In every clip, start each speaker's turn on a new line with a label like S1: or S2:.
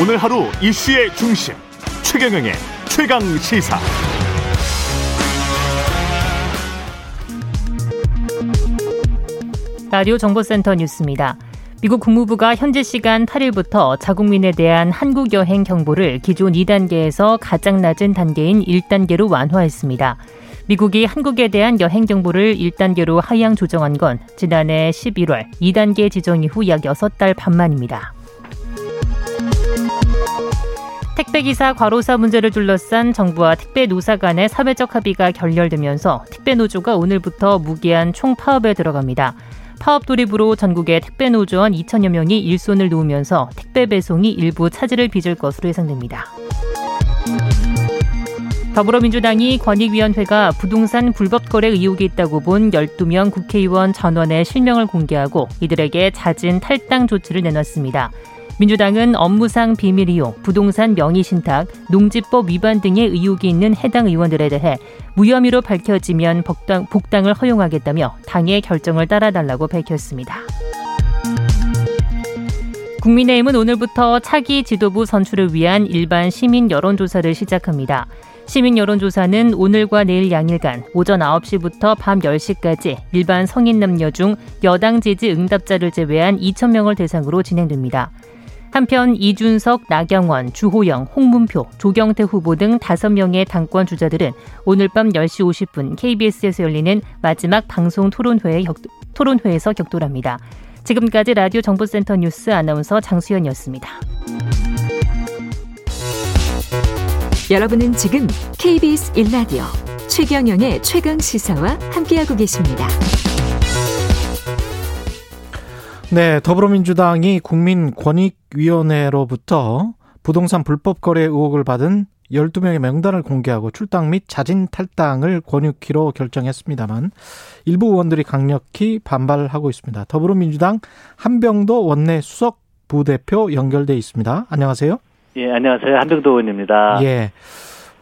S1: 오늘 하루 이슈의 중심 최경영의 최강 시사.
S2: 라디오 정보센터 뉴스입니다. 미국 국무부가 현지 시간 8일부터 자국민에 대한 한국 여행 경보를 기존 2단계에서 가장 낮은 단계인 1단계로 완화했습니다. 미국이 한국에 대한 여행 경보를 1단계로 하향 조정한 건 지난해 11월 2단계 지정 이후 약 6달 반 만입니다. 택배기사 과로사 문제를 둘러싼 정부와 택배노사 간의 사회적 합의가 결렬되면서 택배노조가 오늘부터 무기한 총파업에 들어갑니다. 파업 돌입으로 전국의 택배노조원 2천여 명이 일손을 놓으면서 택배 배송이 일부 차질을 빚을 것으로 예상됩니다. 더불어민주당이 권익위원회가 부동산 불법 거래 의혹이 있다고 본 12명 국회의원 전원의 실명을 공개하고 이들에게 자진 탈당 조치를 내놨습니다. 민주당은 업무상 비밀 이용, 부동산 명의 신탁, 농지법 위반 등의 의혹이 있는 해당 의원들에 대해 무혐의로 밝혀지면 복당, 복당을 허용하겠다며 당의 결정을 따라달라고 밝혔습니다. 국민의힘은 오늘부터 차기 지도부 선출을 위한 일반 시민 여론조사를 시작합니다. 시민 여론조사는 오늘과 내일 양일간 오전 9시부터 밤 10시까지 일반 성인 남녀 중 여당 지지 응답자를 제외한 2,000명을 대상으로 진행됩니다. 한편 이준석, 나경원, 주호영, 홍문표, 조경태 후보 등 5명의 당권 주자들은 오늘 밤 10시 50분 KBS에서 열리는 마지막 방송 토론회에 격, 토론회에서 격돌합니다. 지금까지 라디오 정보센터 뉴스 아나운서 장수연이었습니다.
S3: 여러분은 지금 KBS 1라디오 최경영의 최강 시사와 함께하고 계십니다.
S4: 네, 더불어민주당이 국민권익위원회로부터 부동산 불법 거래 의혹을 받은 12명의 명단을 공개하고 출당 및 자진 탈당을 권유키로 결정했습니다만 일부 의원들이 강력히 반발하고 있습니다. 더불어민주당 한병도 원내 수석 부대표 연결돼 있습니다. 안녕하세요.
S5: 예, 안녕하세요. 한병도 의원입니다.
S4: 예.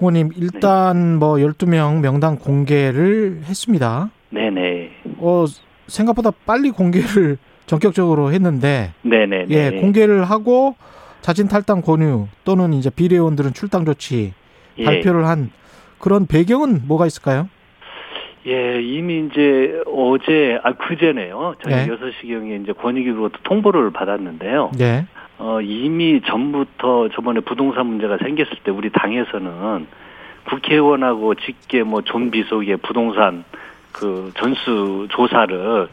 S4: 의원님, 일단 뭐 12명 명단 공개를 했습니다.
S5: 네네.
S4: 어, 생각보다 빨리 공개를 전격적으로 했는데
S5: 네네.
S4: 예, 공개를 하고 자진 탈당 권유 또는 이제 비례의원들은 출당 조치
S5: 예.
S4: 발표를 한 그런 배경은 뭐가 있을까요?
S5: 예, 이미 이제 어제, 아, 그제네요. 저희
S4: 네.
S5: 여 6시경에 이제 권익위로부터 통보를 받았는데요.
S4: 예.
S5: 어, 이미 전부터 저번에 부동산 문제가 생겼을 때 우리 당에서는 국회의원하고 직계 뭐 좀비 속의 부동산 그 전수 조사를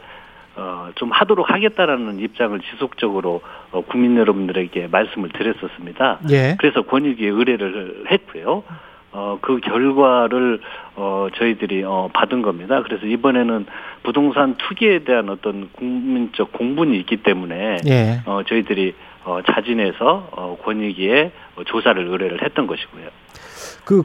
S5: 어, 좀 하도록 하겠다라는 입장을 지속적으로 어, 국민 여러분들에게 말씀을 드렸었습니다.
S4: 예.
S5: 그래서 권익위에 의뢰를 했고요. 어, 그 결과를, 어, 저희들이, 어, 받은 겁니다. 그래서 이번에는 부동산 투기에 대한 어떤 국민적 공분이 있기 때문에,
S4: 예.
S5: 어, 저희들이, 어, 자진해서, 어, 권익위에 어, 조사를 의뢰를 했던 것이고요.
S4: 그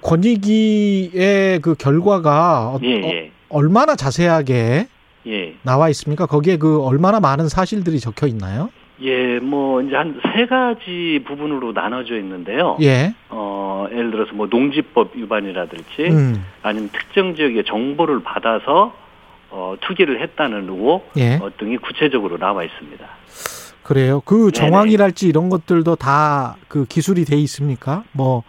S4: 권익위의 그 결과가 어-
S5: 예, 예,
S4: 어, 얼마나 자세하게
S5: 예.
S4: 나와 있습니까? 거기에 그 얼마나 많은 사실들이 적혀 있나요?
S5: 예, 뭐, 이제 한 세 가지 부분으로 나눠져 있는데요.
S4: 예.
S5: 어, 예를 들어서 뭐 농지법 위반이라든지,
S4: 음.
S5: 아니면 특정 지역의 정보를 받아서, 어, 투기를 했다는 의혹,
S4: 예.
S5: 어, 등이 구체적으로 나와 있습니다.
S4: 그래요. 그
S5: 네네.
S4: 정황이랄지 이런 것들도 다 그 기술이 돼 있습니까? 뭐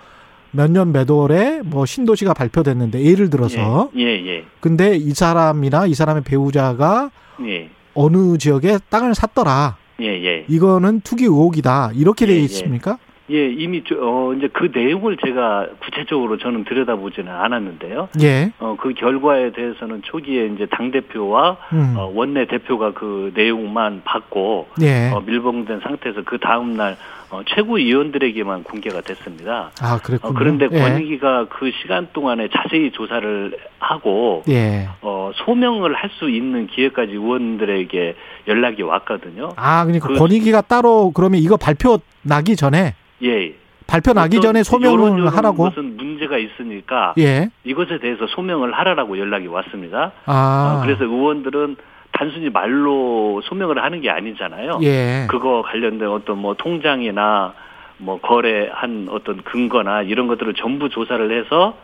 S4: 몇 년 몇 월에 뭐 신도시가 발표됐는데 예를 들어서
S5: 예, 예,
S4: 근데 이 사람이나 이 사람의 배우자가
S5: 예, 예,
S4: 어느 지역에 땅을 샀더라.
S5: 예, 예.
S4: 이거는 투기 의혹이다. 이렇게 돼
S5: 예, 예.
S4: 있습니까?
S5: 예, 이미 저- 어 이제 그 내용을 제가 구체적으로 저는 들여다보지는 않았는데요.
S4: 예.
S5: 어 그 결과에 대해서는 초기에 이제 당 대표와
S4: 음.
S5: 어, 원내 대표가 그 내용만 받고
S4: 예.
S5: 어, 밀봉된 상태에서 그 다음 날 어, 최고위원들에게만 공개가 됐습니다.
S4: 아,
S5: 어,
S4: 그랬군요.
S5: 그런데
S4: 예.
S5: 권익위가 그 시간 동안에 자세히 조사를 하고
S4: 예.
S5: 어, 소명을 할 수 있는 기회까지 의원들에게 연락이 왔거든요.
S4: 아, 그러니까
S5: 그-
S4: 권익위가 따로 그러면 이거 발표 나기 전에
S5: 예.
S4: 발표 나기
S5: 어떤
S4: 전에
S5: 요런
S4: 소명을
S5: 요런
S4: 하라고.
S5: 무슨 아. 문제가 있으니까
S4: 예.
S5: 이것에 대해서 소명을 하라라고 연락이 왔습니다.
S4: 아.
S5: 어, 그래서 의원들은 단순히 말로 소명을 하는 게 아니잖아요.
S4: 예.
S5: 그거 관련된 어떤 뭐 통장이나 뭐 거래한 어떤 근거나 이런 것들을 전부 조사를 해서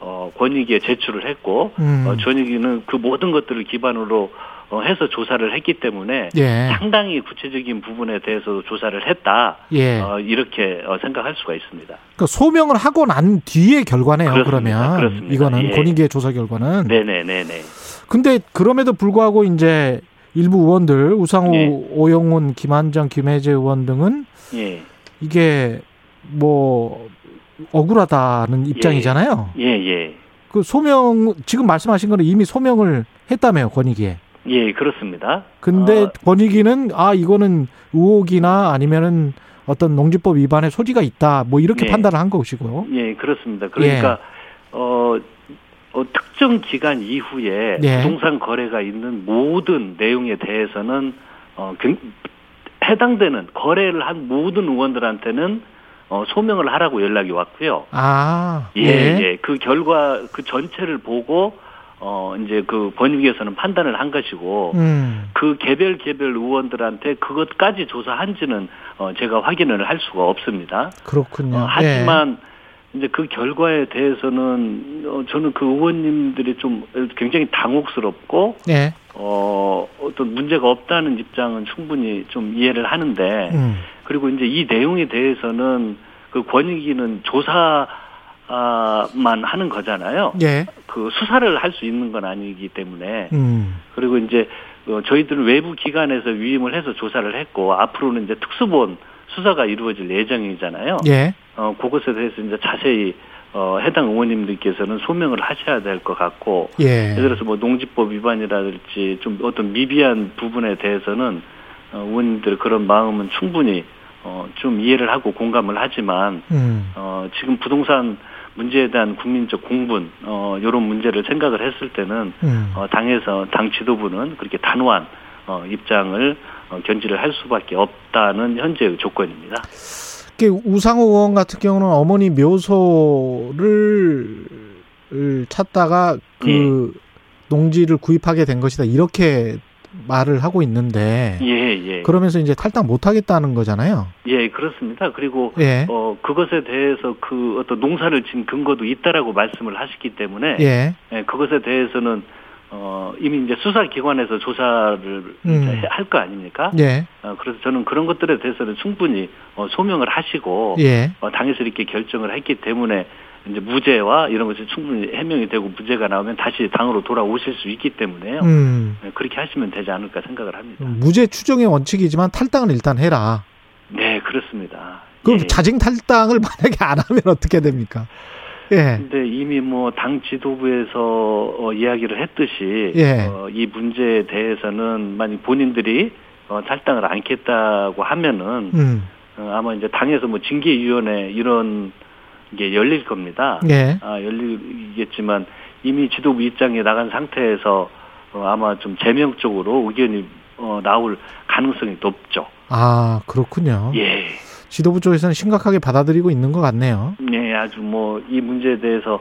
S5: 어, 권익위에 제출을 했고
S4: 음.
S5: 어, 권익위는 그 모든 것들을 기반으로 어, 해서 조사를 했기 때문에
S4: 예.
S5: 상당히 구체적인 부분에 대해서도 조사를 했다.
S4: 예.
S5: 어, 이렇게 어, 생각할 수가 있습니다.
S4: 그 소명을 하고 난 뒤의 결과네요.
S5: 그렇습니다.
S4: 러면
S5: 그렇습니다.
S4: 이거는
S5: 예.
S4: 권익위의 조사 결과는.
S5: 네네네네.
S4: 근데 그럼에도 불구하고 이제 일부 의원들 우상호,
S5: 예.
S4: 오영훈, 김한정, 김혜재 의원 등은
S5: 예.
S4: 이게 뭐 억울하다는 입장이잖아요.
S5: 예, 예.
S4: 그 소명 지금 말씀하신 거는 이미 소명을 했다며요 권익위에.
S5: 예, 그렇습니다.
S4: 근데
S5: 어,
S4: 권익위는 아 이거는 의혹이나 아니면은 어떤 농지법 위반의 소지가 있다 뭐 이렇게
S5: 예.
S4: 판단을 한 것이고요.
S5: 예, 그렇습니다. 그러니까
S4: 예.
S5: 어, 어, 특정 기간 이후에
S4: 예.
S5: 부동산 거래가 있는 모든 내용에 대해서는 어, 굉- 해당되는 거래를 한 모든 의원들한테는 어, 소명을 하라고 연락이 왔고요.
S4: 아
S5: 예, 예. 그 결과 그 전체를 보고 어, 이제 그 번위기에서는 판단을 한 것이고
S4: 음.
S5: 그 개별 개별 의원들한테 그것까지 조사한지는 어, 제가 확인을 할 수가 없습니다.
S4: 그렇군요.
S5: 어, 하지만 이제 그 결과에 대해서는 어, 저는 그 의원님들이 좀 굉장히 당혹스럽고
S4: 예. 예.
S5: 어, 어떤 문제가 없다는 입장은 충분히 좀 이해를 하는데
S4: 음.
S5: 그리고 이제 이 내용에 대해서는 그 권익위는 조사만 하는 거잖아요.
S4: 예.
S5: 그 수사를 할 수 있는 건 아니기 때문에
S4: 음.
S5: 그리고 이제 어, 저희들은 외부 기관에서 위임을 해서 조사를 했고 앞으로는 이제 특수본 수사가 이루어질 예정이잖아요.
S4: 예.
S5: 어, 그것에 대해서 이제 자세히 어, 해당 의원님들께서는 소명을 하셔야 될 것 같고
S4: 예.
S5: 예를 들어서 뭐 농지법 위반이라든지 좀 어떤 미비한 부분에 대해서는 어, 의원님들 그런 마음은 충분히 어, 좀 이해를 하고 공감을 하지만
S4: 음.
S5: 어, 지금 부동산 문제에 대한 국민적 공분 어, 이런 문제를 생각을 했을 때는
S4: 음.
S5: 어, 당에서 당 지도부는 그렇게 단호한 어, 입장을 어, 견지를 할 수밖에 없다는 현재의 조건입니다.
S4: 특히 우상호 의원 같은 경우는 어머니 묘소를 찾다가
S5: 예.
S4: 그 농지를 구입하게 된 것이다 이렇게 말을 하고 있는데
S5: 예, 예.
S4: 그러면서 이제 탈당 못하겠다는 거잖아요.
S5: 예, 그렇습니다. 그리고
S4: 예,
S5: 어 그것에 대해서 그 어떤 농사를 진 근거도 있다라고 말씀을 하시기 때문에
S4: 예,
S5: 예, 그것에 대해서는 어 이미 이제 수사 기관에서 조사를
S4: 음.
S5: 할 거 아닙니까?
S4: 예,
S5: 어, 그래서 저는 그런 것들에 대해서는 충분히 어, 소명을 하시고
S4: 예,
S5: 어, 당에서 이렇게 결정을 했기 때문에 이제 무죄와 이런 것이 충분히 해명이 되고 무죄가 나오면 다시 당으로 돌아오실 수 있기 때문에요.
S4: 음,
S5: 예, 그렇게 하시면 되지 않을까 생각을 합니다.
S4: 무죄 추정의 원칙이지만 탈당은 일단 해라.
S5: 네, 그렇습니다.
S4: 그럼
S5: 예.
S4: 자진 탈당을 만약에 안 하면 어떻게 됩니까? 예,
S5: 근데 이미 뭐 당 지도부에서 어, 이야기를 했듯이
S4: 예.
S5: 어, 이 문제에 대해서는 만약 본인들이 어, 탈당을 안겠다고 하면은
S4: 음,
S5: 어, 아마 이제 당에서 뭐 징계위원회 이런 게 열릴 겁니다.
S4: 예,
S5: 아, 열리겠지만 이미 지도부 입장에 나간 상태에서 어, 아마 좀 제명 쪽으로 의견이 어, 나올 가능성이 높죠.
S4: 아 그렇군요.
S5: 예.
S4: 지도부 쪽에서는 심각하게 받아들이고 있는 것 같네요.
S5: 네, 아주 뭐 이 문제에 대해서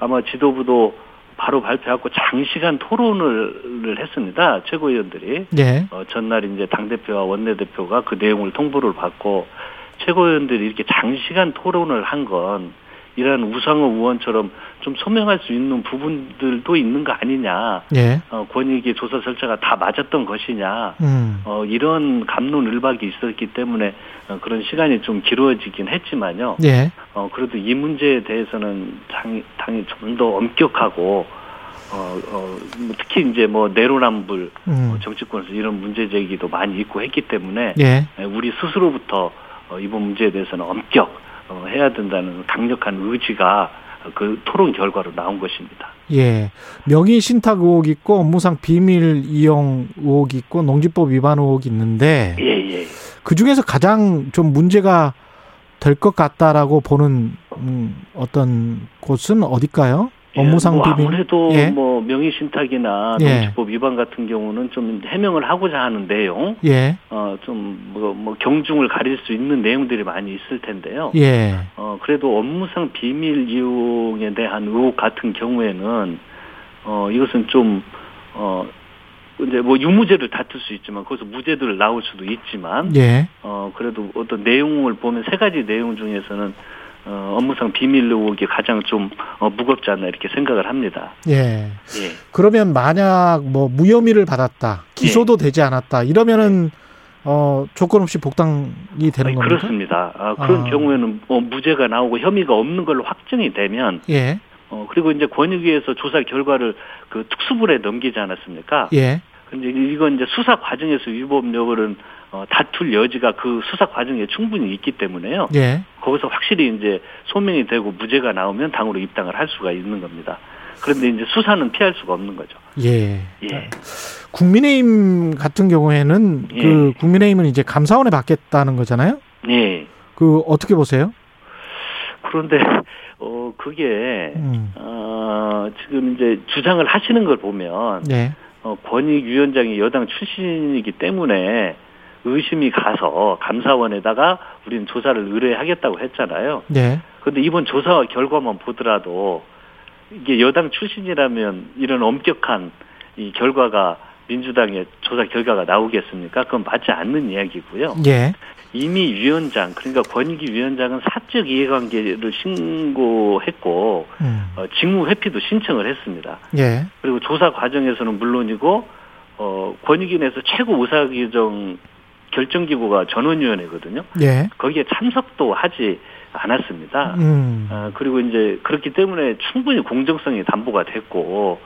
S5: 아마 지도부도 바로 발표하고 장시간 토론을 했습니다. 최고위원들이
S4: 예,
S5: 어, 전날 이제 당 대표와 원내 대표가 그 내용을 통보를 받고 최고위원들이 이렇게 장시간 토론을 한 건 이러한 우상호 의원처럼 좀 소명할 수 있는 부분들도 있는 거 아니냐,
S4: 예,
S5: 어, 권익위 조사 절차가 다 맞았던 것이냐.
S4: 음.
S5: 어, 이런 감론을박이 있었기 때문에 어, 그런 시간이 좀 길어지긴 했지만요.
S4: 예.
S5: 어, 그래도 이 문제에 대해서는 당이, 당이 좀 더 엄격하고, 어, 어, 뭐 특히 이제 뭐 내로남불,
S4: 음.
S5: 어, 정치권에서 이런 문제 제기도 많이 있고 했기 때문에,
S4: 예.
S5: 에, 우리 스스로부터 어, 이번 문제에 대해서는 엄격, 어, 해야 된다는 강력한 의지가 그 토론 결과로 나온 것입니다.
S4: 예. 명의 신탁 의혹 있고 업무상 비밀 이용 의혹 있고 농지법 위반 의혹이 있는데
S5: 예, 예.
S4: 그 중에서 가장 좀 문제가 될 것 같다라고 보는 음, 어떤 곳은 어딜까요?
S5: 예,
S4: 업무상
S5: 뭐
S4: 비밀.
S5: 아무래도
S4: 예.
S5: 뭐 명의신탁이나
S4: 예.
S5: 농지법 위반 같은 경우는 좀 해명을 하고자 하는 내용,
S4: 예.
S5: 어좀뭐 뭐 경중을 가릴 수 있는 내용들이 많이 있을 텐데요.
S4: 예.
S5: 어 그래도 업무상 비밀 이용에 대한 의혹 같은 경우에는 어 이것은 좀어 이제 뭐 유무죄를 다툴 수 있지만 거기서 무죄들 나올 수도 있지만
S4: 예.
S5: 어 그래도 어떤 내용을 보면 세 가지 내용 중에서는 어, 업무상 비밀 의혹이 가장 좀 어, 무겁지 않나 이렇게 생각을 합니다.
S4: 예.
S5: 예.
S4: 그러면 만약 뭐 무혐의를 받았다, 기소도
S5: 예.
S4: 되지 않았다 이러면은 어 조건 없이 복당이 되는
S5: 아니,
S4: 겁니까?
S5: 그렇습니다. 아, 그런
S4: 아.
S5: 경우에는 뭐 무죄가 나오고 혐의가 없는 걸로 확정이 되면
S4: 예,
S5: 어, 그리고 이제 권익위에서 조사 결과를 그 특수부에 넘기지 않았습니까?
S4: 예,
S5: 근데 이건 이제 수사 과정에서 위법 여부는 어, 다툴 여지가 그 수사 과정에 충분히 있기 때문에요.
S4: 예.
S5: 거기서 확실히 이제 소명이 되고 무죄가 나오면 당으로 입당을 할 수가 있는 겁니다. 그런데 이제 수사는 피할 수가 없는 거죠.
S4: 예.
S5: 예.
S4: 국민의힘 같은 경우에는
S5: 예.
S4: 그 국민의힘은 이제 감사원에 받겠다는 거잖아요.
S5: 예.
S4: 그 어떻게 보세요?
S5: 그런데 어 그게
S4: 음.
S5: 어 지금 이제 주장을 하시는 걸 보면
S4: 예,
S5: 어, 권익위원장이 여당 출신이기 때문에 의심이 가서 감사원에다가 우리는 조사를 의뢰하겠다고 했잖아요.
S4: 예,
S5: 그런데 이번 조사 결과만 보더라도 이게 여당 출신이라면 이런 엄격한 이 결과가 민주당의 조사 결과가 나오겠습니까? 그건 맞지 않는 이야기고요.
S4: 예,
S5: 이미 위원장 그러니까 권익위 위원장은 사적 이해관계를 신고했고
S4: 음.
S5: 어, 직무 회피도 신청을 했습니다.
S4: 예,
S5: 그리고 조사 과정에서는 물론이고 어, 권익위원회에서 최고 의사규정 결정기구가 전원위원회거든요.
S4: 예,
S5: 거기에 참석도 하지 않았습니다.
S4: 음.
S5: 아, 그리고 이제 그렇기 때문에 충분히 공정성이 담보가 됐고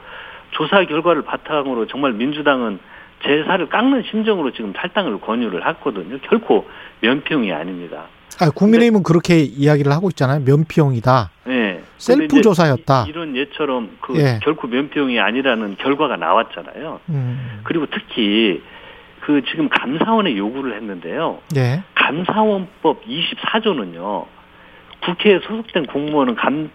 S5: 조사 결과를 바탕으로 정말 민주당은 제 살을 깎는 심정으로 지금 탈당을 권유를 했거든요. 결코 면피용이 아닙니다.
S4: 아, 국민의힘은 그렇게 이야기를 하고 있잖아요. 면피용이다.
S5: 예.
S4: 셀프
S5: 근데 이제
S4: 조사였다.
S5: 이- 이런 예처럼 그
S4: 예.
S5: 결코 면피용이 아니라는 결과가 나왔잖아요.
S4: 음.
S5: 그리고 특히 그 지금 감사원에 요구를 했는데요.
S4: 예,
S5: 감사원법 24조는요. 국회에 소속된 공무원은 감사,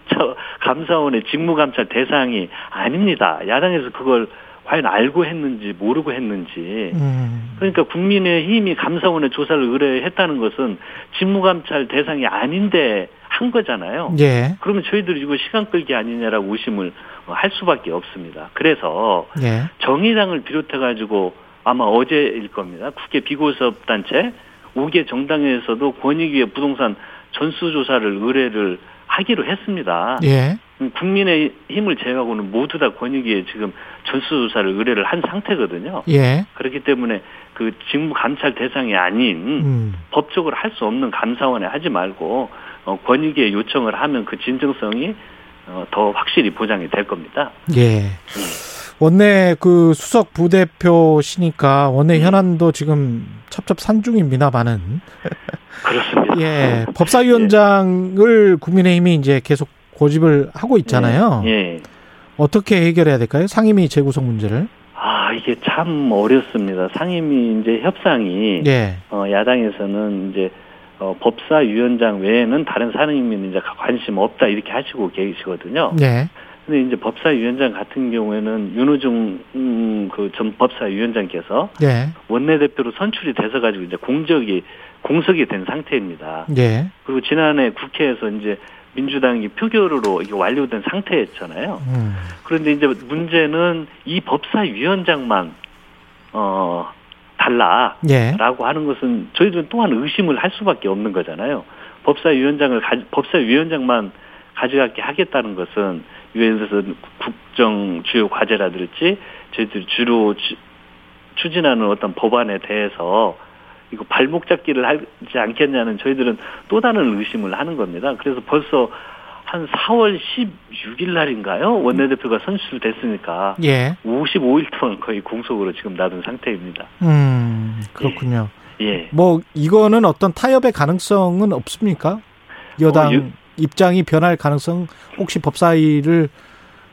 S5: 감사원의 직무감찰 대상이 아닙니다. 야당에서 그걸 과연 알고 했는지 모르고 했는지.
S4: 음.
S5: 그러니까 국민의힘이 감사원의 조사를 의뢰했다는 것은 직무감찰 대상이 아닌데 한 거잖아요.
S4: 예,
S5: 그러면 저희들이 이거 시간 끌기 아니냐라고 의심을 어, 할 수밖에 없습니다. 그래서
S4: 예.
S5: 정의당을 비롯해 가지고 아마 어제일 겁니다. 국회 비고섭 단체 5개 정당에서도 권익위의 부동산 전수조사를 의뢰를 하기로 했습니다.
S4: 예.
S5: 국민의 힘을 제외하고는 모두 다 권익위에 지금 전수조사를 의뢰를 한 상태거든요.
S4: 예.
S5: 그렇기 때문에 그 직무 감찰 대상이 아닌
S4: 음.
S5: 법적으로 할 수 없는 감사원에 하지 말고 어, 권익위에 요청을 하면 그 진정성이 어, 더 확실히 보장이 될 겁니다.
S4: 예. 원내 그 수석 부대표시니까 원내 현안도 지금 첩첩산 중입니다만은
S5: 그렇습니다.
S4: 예 법사위원장을 국민의힘이 이제 계속 고집을 하고 있잖아요.
S5: 예.
S4: 어떻게 해결해야 될까요? 상임위 재구성 문제를.
S5: 아, 이게 참 어렵습니다. 상임위 이제 협상이
S4: 예.
S5: 어, 야당에서는 이제 어, 법사위원장 외에는 다른 상임위는 이제 관심 없다 이렇게 하시고 계시거든요.
S4: 예.
S5: 근데 이제 법사위원장 같은 경우에는 윤호중 음, 그전 법사위원장께서
S4: 예.
S5: 원내대표로 선출이 돼서 가지고 이제 공적이 공석이 된 상태입니다.
S4: 예.
S5: 그리고 지난해 국회에서 이제 민주당이 표결로 이게 완료된 상태였잖아요.
S4: 음.
S5: 그런데 이제 문제는 이 법사위원장만 어 달라라고
S4: 예.
S5: 하는 것은 저희들은 또한 의심을 할 수밖에 없는 거잖아요. 법사위원장을 가, 법사위원장만 가져가게 하겠다는 것은 유엔에서 국정 주요 과제라든지 저희들 주로 주- 추진하는 어떤 법안에 대해서 이거 발목 잡기를 하지 않겠냐는 저희들은 또 다른 의심을 하는 겁니다. 그래서 벌써 한 4월 16일 날인가요? 원내대표가 선출됐으니까
S4: 예.
S5: 55일 동안 거의 공석으로 지금 놔둔 상태입니다.
S4: 음. 그렇군요.
S5: 예.
S4: 뭐 이거는 어떤 타협의 가능성은 없습니까? 여당
S5: 어, 유-
S4: 입장이 변할 가능성 혹시 법사위를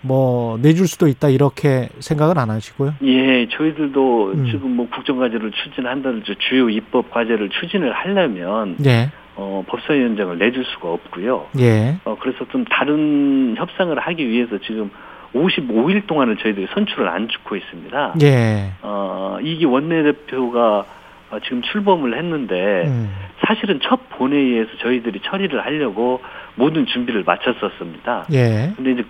S4: 뭐 내줄 수도 있다 이렇게 생각은 안 하시고요.
S5: 예, 저희들도
S4: 음.
S5: 지금 뭐 국정과제를 추진한다든지 주요 입법 과제를 추진을 하려면
S4: 예,
S5: 어, 법사위원장을 내줄 수가 없고요.
S4: 예,
S5: 어, 그래서 좀 다른 협상을 하기 위해서 지금 55일 동안을 저희들이 선출을 안 주고 있습니다.
S4: 예.
S5: 어, 이기 원내대표가 어, 지금 출범을 했는데
S4: 음,
S5: 사실은 첫 본회의에서 저희들이 처리를 하려고 모든 준비를 마쳤었습니다.
S4: 예,
S5: 근데 이제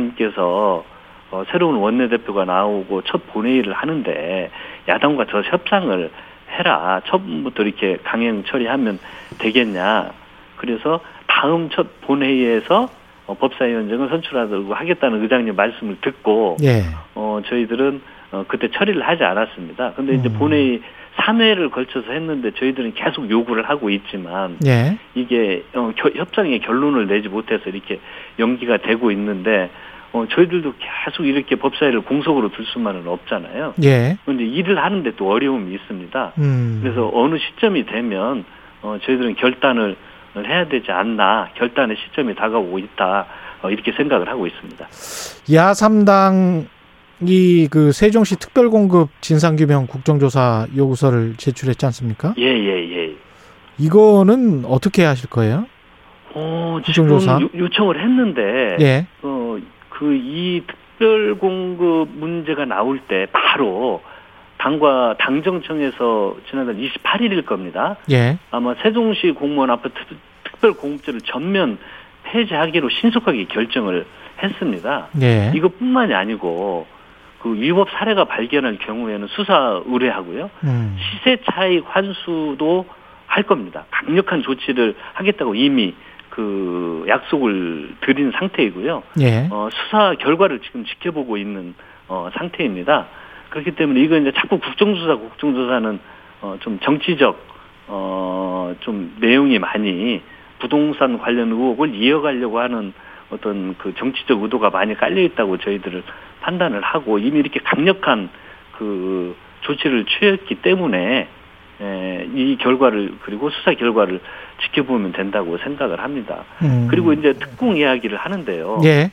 S5: 국회의장님께서 어, 새로운 원내대표가 나오고 첫 본회의를 하는데 야당과 저 협상을 해라. 처음부터 이렇게 강행 처리하면 되겠냐. 그래서 다음 첫 본회의에서 어, 법사위원장을 선출하도록 하겠다는 의장님 말씀을 듣고
S4: 예.
S5: 어, 저희들은 어, 그때 처리를 하지 않았습니다. 근데 이제
S4: 음.
S5: 본회의 3회를 걸쳐서 했는데 저희들은 계속 요구를 하고 있지만
S4: 예.
S5: 이게 어, 겨- 협상의 결론을 내지 못해서 이렇게 연기가 되고 있는데 어, 저희들도 계속 이렇게 법사위를 공석으로 둘 수만은 없잖아요.
S4: 예.
S5: 근데 일을 하는데 또 어려움이 있습니다.
S4: 음.
S5: 그래서 어느 시점이 되면 어, 저희들은 결단을 해야 되지 않나 결단의 시점이 다가오고 있다 어, 이렇게 생각을 하고 있습니다.
S4: 야삼당이 그 세종시 특별공급 진상규명 국정조사 요구서를 제출했지 않습니까?
S5: 예 예, 예.
S4: 이거는 어떻게 하실 거예요?
S5: 어, 지금
S4: 국정조사?
S5: 요, 청을 했는데
S4: 예.
S5: 어, 그 이 특별 공급 문제가 나올 때 바로 당과 당정청에서 지난달 28일일 겁니다.
S4: 예.
S5: 아마 세종시 공무원 아파트 특별 공급제를 전면 폐지하기로 신속하게 결정을 했습니다.
S4: 예.
S5: 이것뿐만이 아니고 그 위법 사례가 발견할 경우에는 수사 의뢰하고요.
S4: 음.
S5: 시세 차익 환수도 할 겁니다. 강력한 조치를 하겠다고 이미 그 약속을 드린 상태이고요.
S4: 예.
S5: 어, 수사 결과를 지금 지켜보고 있는 어, 상태입니다. 그렇기 때문에 이거 이제 자꾸 국정조사, 국정조사는 어, 좀 정치적 어, 좀 내용이 많이 부동산 관련 의혹을 이어가려고 하는 어떤 그 정치적 의도가 많이 깔려 있다고 저희들을 판단을 하고 이미 이렇게 강력한 그 조치를 취했기 때문에 에, 이 결과를 그리고 수사 결과를 지켜보면 된다고 생각을 합니다.
S4: 음.
S5: 그리고 이제 특공 이야기를 하는데요.
S4: 예.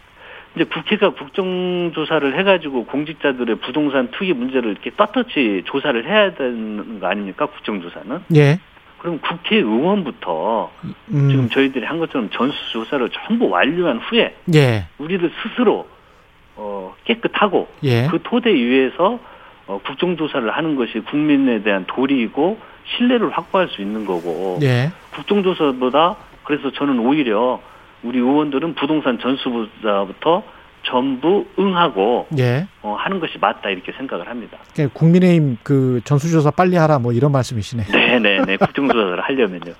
S5: 이제 국회가 국정조사를 해가지고 공직자들의 부동산 투기 문제를 이렇게 떳떳이 조사를 해야 되는 거 아닙니까? 국정조사는?
S4: 예.
S5: 그럼 국회의원부터
S4: 음.
S5: 지금 저희들이 한 것처럼 전수조사를 전부 완료한 후에
S4: 예.
S5: 우리들 스스로 어, 깨끗하고
S4: 예.
S5: 그 토대 위에서 어, 국정조사를 하는 것이 국민에 대한 도리이고 신뢰를 확보할 수 있는 거고
S4: 예.
S5: 국정조사보다 그래서 저는 오히려 우리 의원들은 부동산 전수부자부터 전부 응하고
S4: 예.
S5: 어, 하는 것이 맞다 이렇게 생각을 합니다.
S4: 그러니까 국민의힘 그 전수조사 빨리 하라 뭐 이런 말씀이시네. 요
S5: 네네네 국정조사를 하려면요.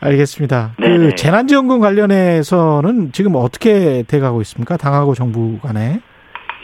S4: 알겠습니다. 그
S5: 네네.
S4: 재난지원금 관련해서는 지금 어떻게 돼가고 있습니까? 당하고 정부 간에.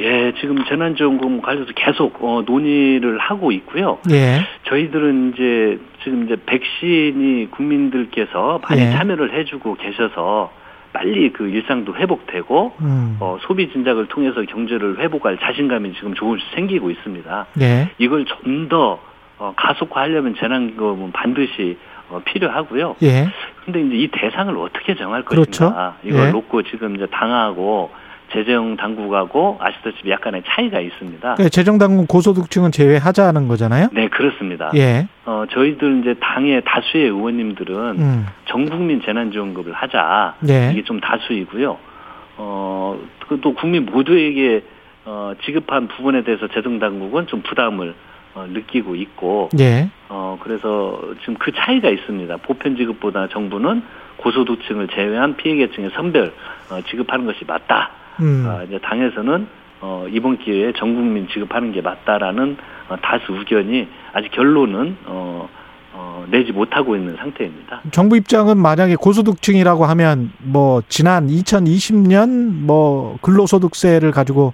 S5: 예 지금 재난지원금 관련해서 계속 어, 논의를 하고 있고요.
S4: 예.
S5: 저희들은 이제 지금 이제 백신이 국민들께서 많이
S4: 예.
S5: 참여를 해주고 계셔서 빨리 그 일상도 회복되고
S4: 음.
S5: 어, 소비 진작을 통해서 경제를 회복할 자신감이 지금 조금씩 생기고 있습니다.
S4: 예.
S5: 이걸 좀 더 어, 가속화하려면 재난금은 반드시 어, 필요하고요.
S4: 예.
S5: 근데 이제 이 대상을 어떻게 정할
S4: 그렇죠.
S5: 것인가 이걸
S4: 예.
S5: 놓고 지금 이제 당하고 재정 당국하고 아시다시피 약간의 차이가 있습니다.
S4: 그러니까 재정당국 고소득층은 제외하자는 거잖아요.
S5: 네 그렇습니다.
S4: 예.
S5: 어, 저희들 이제 당의 다수의 의원님들은
S4: 음.
S5: 전국민 재난지원금을 하자
S4: 예.
S5: 이게 좀 다수이고요. 어, 그또 국민 모두에게 어, 지급한 부분에 대해서 재정 당국은 좀 부담을 어, 느끼고 있고
S4: 예.
S5: 어, 그래서 지금 그 차이가 있습니다. 보편 지급보다 정부는 고소득층을 제외한 피해계층의 선별 어, 지급하는 것이 맞다.
S4: 음.
S5: 아, 이제 당에서는 어, 이번 기회에 전 국민 지급하는 게 맞다라는 어, 다수 의견이 아직 결론은 어, 어, 내지 못하고 있는 상태입니다.
S4: 정부 입장은 만약에 고소득층이라고 하면 뭐 지난 2020년 뭐 근로소득세를 가지고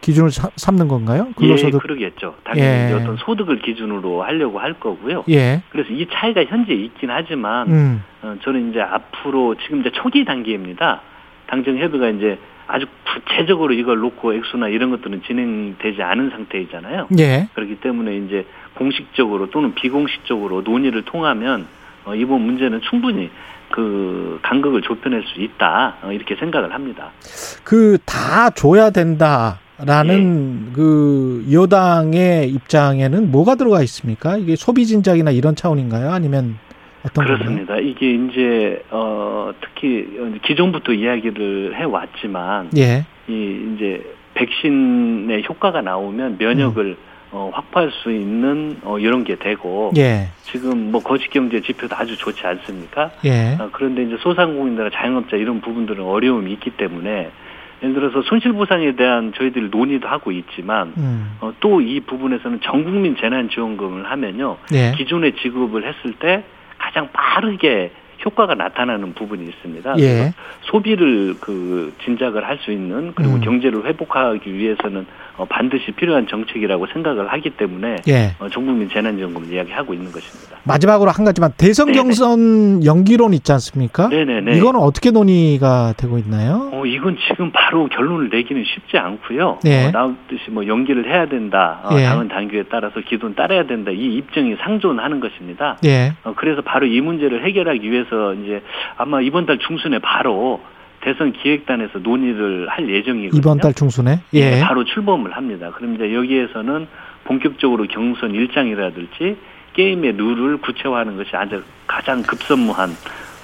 S4: 기준을 삼- 삼는 건가요?
S5: 예,
S4: 근로소득.
S5: 그러겠죠. 당연히 이제
S4: 예.
S5: 어떤 소득을 기준으로 하려고 할 거고요.
S4: 예.
S5: 그래서 이 차이가 현재 있긴 하지만
S4: 음.
S5: 어, 저는 이제 앞으로 지금 이제 초기 단계입니다. 당정 협의가 이제 아주 구체적으로 이걸 놓고 액수나 이런 것들은 진행되지 않은 상태이잖아요.
S4: 예.
S5: 그렇기 때문에 이제 공식적으로 또는 비공식적으로 논의를 통하면 어, 이번 문제는 충분히 그 간극을 좁혀낼 수 있다 어, 이렇게 생각을 합니다.
S4: 그 다 줘야 된다라는
S5: 예.
S4: 그 여당의 입장에는 뭐가 들어가 있습니까? 이게 소비 진작이나 이런 차원인가요? 아니면 어떤 건가요?
S5: 그렇습니다. 이게 이제 어, 특히 기존부터 이야기를 해 왔지만
S4: 예.
S5: 이 이제 백신의 효과가 나오면 면역을
S4: 음.
S5: 어, 확보할 수 있는 어, 이런 게 되고
S4: 예.
S5: 지금 뭐 거시 경제 지표도 아주 좋지 않습니까?
S4: 예.
S5: 아, 그런데 이제 소상공인이나 자영업자 이런 부분들은 어려움이 있기 때문에 예를 들어서 손실보상에 대한 저희들이 논의도 하고 있지만
S4: 음.
S5: 어, 또 이 부분에서는 전국민 재난지원금을 하면요
S4: 예.
S5: 기존에 지급을 했을 때 가장 빠르게 효과가 나타나는 부분이 있습니다.
S4: 예.
S5: 소비를 그 진작을 할 수 있는 그리고
S4: 음.
S5: 경제를 회복하기 위해서는 어, 반드시 필요한 정책이라고 생각을 하기 때문에
S4: 예.
S5: 어, 전국민 재난지원금을 이야기하고 있는 것입니다.
S4: 마지막으로 한 가지만 대선
S5: 네네.
S4: 경선 연기론 있지 않습니까?
S5: 네네네.
S4: 이거는 어떻게 논의가 되고 있나요?
S5: 어, 이건 지금 바로 결론을 내기는 쉽지 않고요.
S4: 네.
S5: 어, 나듯이 뭐 연기를 해야 된다. 어,
S4: 예.
S5: 당은 당규에 따라서 기도는 따라야 된다. 이 입증이 상존하는 것입니다.
S4: 예.
S5: 어, 그래서 바로 이 문제를 해결하기 위해서 이제 아마 이번 달 중순에 바로 대선 기획단에서 논의를 할 예정이거든요.
S4: 이번 달 중순에. 예.
S5: 그러니까 바로 출범을 합니다. 그럼 이제 여기에서는 본격적으로 경선 일정이라든지 게임의 룰을 구체화하는 것이 아주 가장 급선무한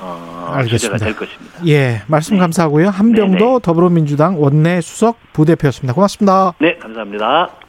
S5: 어,
S4: 알겠습니다.
S5: 주제가 될 것입니다.
S4: 예. 말씀
S5: 네.
S4: 감사하고요. 한병도 더불어민주당 원내 수석 부대표였습니다. 고맙습니다.
S5: 네, 감사합니다.